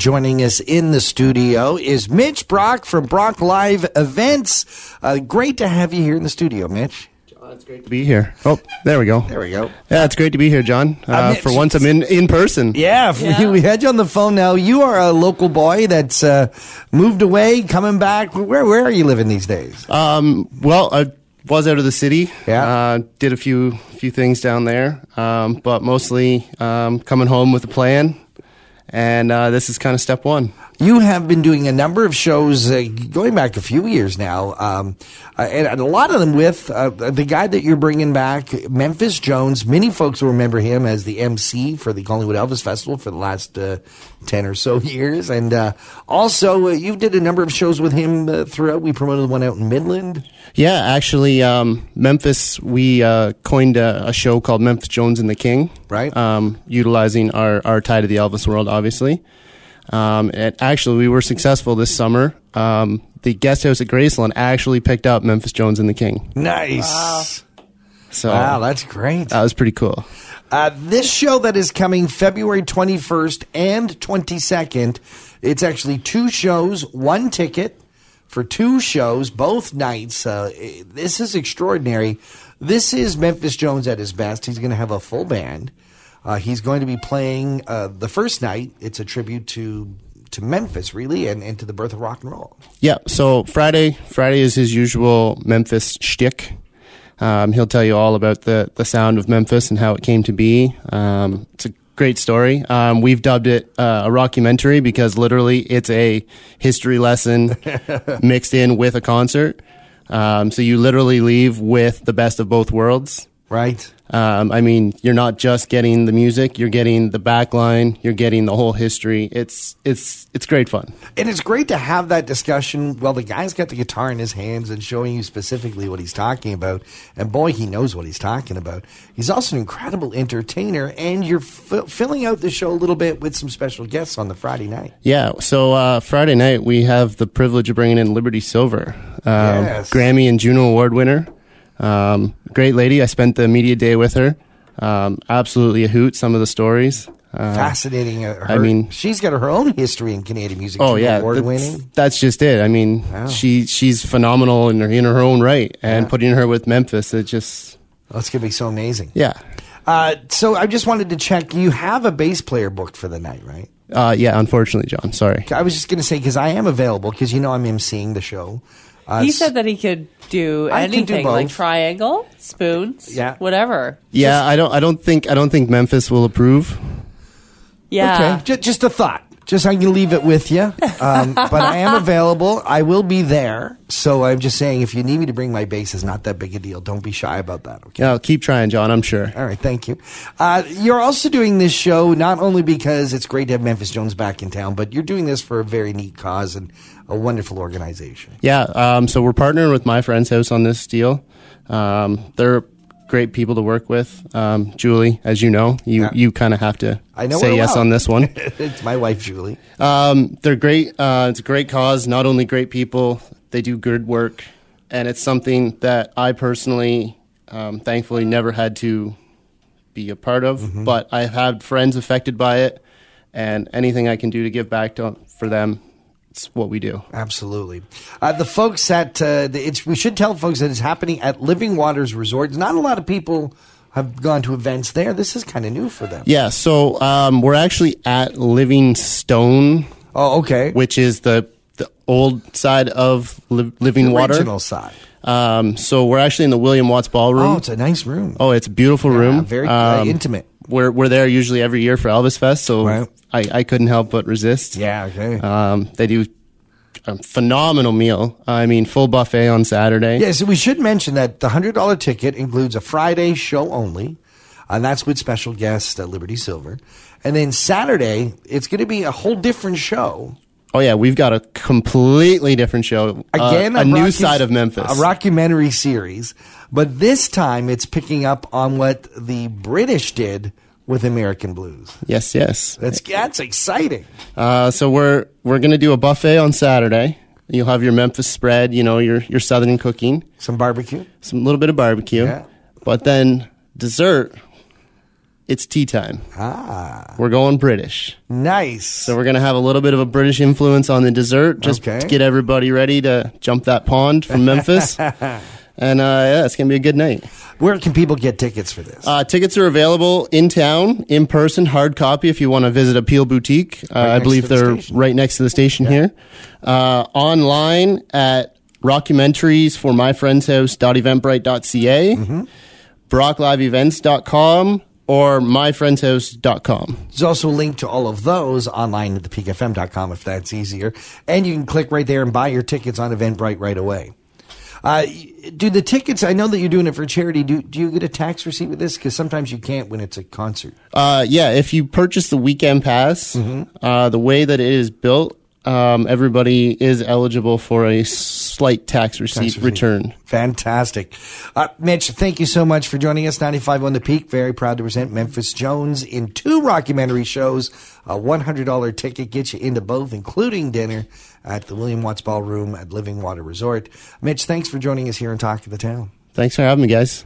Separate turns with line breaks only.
joining us in the studio is Mitch Brock from Brock Live Events. Uh, great to have you here in the studio, Mitch.
It's great to be here. Oh, there we go.
There we go.
Yeah, it's great to be here, John. Uh,
Mitch.
for once, I'm in in person.
Yeah,
Yeah.
we had you on the phone now. You are a local boy that's uh, moved away, coming back. Where where are you living these days?
Um, well, I was out of the city.
Yeah.
Uh, did a few few things down there, um, but mostly um, coming home with a plan. And uh, this is kind of step one.
You have been doing a number of shows uh, going back a few years now, um, uh, and, and a lot of them with uh, the guy that you're bringing back, Memphis Jones. Many folks will remember him as the MC for the Collingwood Elvis Festival for the last uh, 10 or so years. And uh, also, uh, you did a number of shows with him uh, throughout. We promoted one out in Midland.
Yeah, actually, um, Memphis, we uh, coined a, a show called Memphis Jones and the King.
Right.
Um, utilizing our, our tie to the Elvis world, obviously. Um, and actually, we were successful this summer. Um, the guest house at Graceland actually picked up Memphis Jones and the King.
Nice.
So
Wow, that's great.
that was pretty cool.
Uh, this show that is coming February 21st and 22nd, it's actually two shows, one ticket for two shows, both nights. Uh, i- this is extraordinary. This is Memphis Jones at his best. He's going to have a full band. Uh, he's going to be playing uh, the first night. It's a tribute to to Memphis, really, and, and to the birth of rock and roll.
Yeah. So Friday, Friday is his usual Memphis shtick. Um, he'll tell you all about the the sound of Memphis and how it came to be. Um, it's a great story. Um, we've dubbed it uh, a rockumentary because literally it's a history lesson mixed in with a concert. Um, so you literally leave with the best of both worlds.
Right.
Um, I mean, you're not just getting the music; you're getting the backline, you're getting the whole history. It's it's it's great fun.
And it's great to have that discussion. Well, the guy's got the guitar in his hands and showing you specifically what he's talking about. And boy, he knows what he's talking about. He's also an incredible entertainer, and you're f- filling out the show a little bit with some special guests on the Friday night.
Yeah. So uh, Friday night we have the privilege of bringing in Liberty Silver, um,
Yes.
Grammy and Juno Award winner. Um, great lady. I spent the media day with her. Um, absolutely a hoot. Some of the stories. Uh,
Fascinating. Uh, her,
I mean-
she's got her own history in Canadian music.
oh yeah,
award
that's-
winning.
That's just it. I mean,
Wow.
she she's phenomenal in her, in her own right, and putting her with Memphis, it just
That's Oh, gonna be so amazing.
yeah,
Uh, so I just wanted to check. You have a bass player booked for the night, right?
uh, yeah. Unfortunately, John, sorry.
I was just gonna say because I am available because you know I'm emceeing the show. Uh,
He
s-
said that he could do
I can do
anything, like
both.
triangle, spoons,
Yeah.
whatever.
Yeah, I don't I don't think I don't think Memphis will approve.
Yeah.
Okay. J- just a thought. Just I'm going to leave it with you. Um, but I am available. I will be there. So I'm just saying, if you need me to bring my bass, it's not that big a deal. Don't be shy about that. Okay.
Yeah, keep trying, John. I'm sure.
All right, thank you. Uh, you're also doing this show not only because it's great to have Memphis Jones back in town, but you're doing this for a very neat cause and a wonderful organization.
Yeah, um, so we're partnering with my friend's house on this deal. Um, they're great people to work with. Um, Julie, as you know, you,
Yeah.
you kind of have to
I know
say
her
yes
well.
on this one.
it's my wife, Julie.
um, they're great. Uh, it's a great cause. Not only great people, they do good work, and it's something that I personally, um, thankfully, never had to be a part of.
Mm-hmm.
But I have friends affected by it, and anything I can do to give back to for them, it's what we do.
Absolutely. Uh, the folks at uh, the, it's we should tell folks that it's happening at Living Waters Resort. Not a lot of people have gone to events there. This is kind of new for them.
Yeah, so um, we're actually at Living Stone,
Oh, okay.
which is the the old side of li- Living Water.
Original side.
Um, so we're actually in the William Watts Ballroom.
Oh, it's a nice room.
Oh, it's a beautiful room. Um,
very, uh, intimate.
We're we're there usually every year for Elvis Fest, so
Right.
I, I couldn't help but resist.
yeah. Okay.
Um, they do a phenomenal meal. I mean, full buffet on Saturday.
yeah. So we should mention that the hundred dollar ticket includes a Friday show only, and that's with special guest uh, Liberty Silver, and then Saturday it's going to be a whole different show.
Oh yeah, we've got a completely different show. Uh,
again
a new
rocu-
side of Memphis.
a rockumentary series, but this time it's picking up on what the British did with American blues.
yes, yes.
That's that's exciting.
Uh, so we're we're gonna do a buffet on Saturday. You'll have your Memphis spread, you know, your your southern cooking,
Some barbecue.
some little bit of barbecue,
Yeah.
but then dessert it's tea time. Ah. We're going British.
Nice.
So we're going to have a little bit of a British influence on the dessert just
Okay.
to get everybody ready to jump that pond from Memphis. and uh, yeah, it's going to be a good night.
Where can people get tickets for this?
Uh, tickets are available in town, in person, hard copy if you want to visit Appeal Boutique. Uh, I
next
believe
to the
they're
station.
right next to the station here. Uh, online at rockumentaries for my friend's house dot eventbrite.ca,
Mm-hmm.
brockliveevents.com, or myfriendshouse.com.
There's also a link to all of those online at thepeakfm.com if that's easier. And you can click right there and buy your tickets on Eventbrite right away. Uh, y- do the tickets, I know that you're doing it for charity. Do, do you get a tax receipt with this? Because sometimes you can't when it's a concert.
Uh, yeah, if you purchase the weekend pass,
Mm-hmm.
uh, the way that it is built, um, everybody is eligible for a slight tax receipt. return.
Fantastic. Uh, Mitch, thank you so much for joining us. 95 on the Peak. Very proud to present Memphis Jones in two rockumentary shows. A $100 ticket gets you into both, including dinner at the William Watts Ballroom at Living Water Resort. Mitch, thanks for joining us here and talking to the town.
Thanks for having me, guys.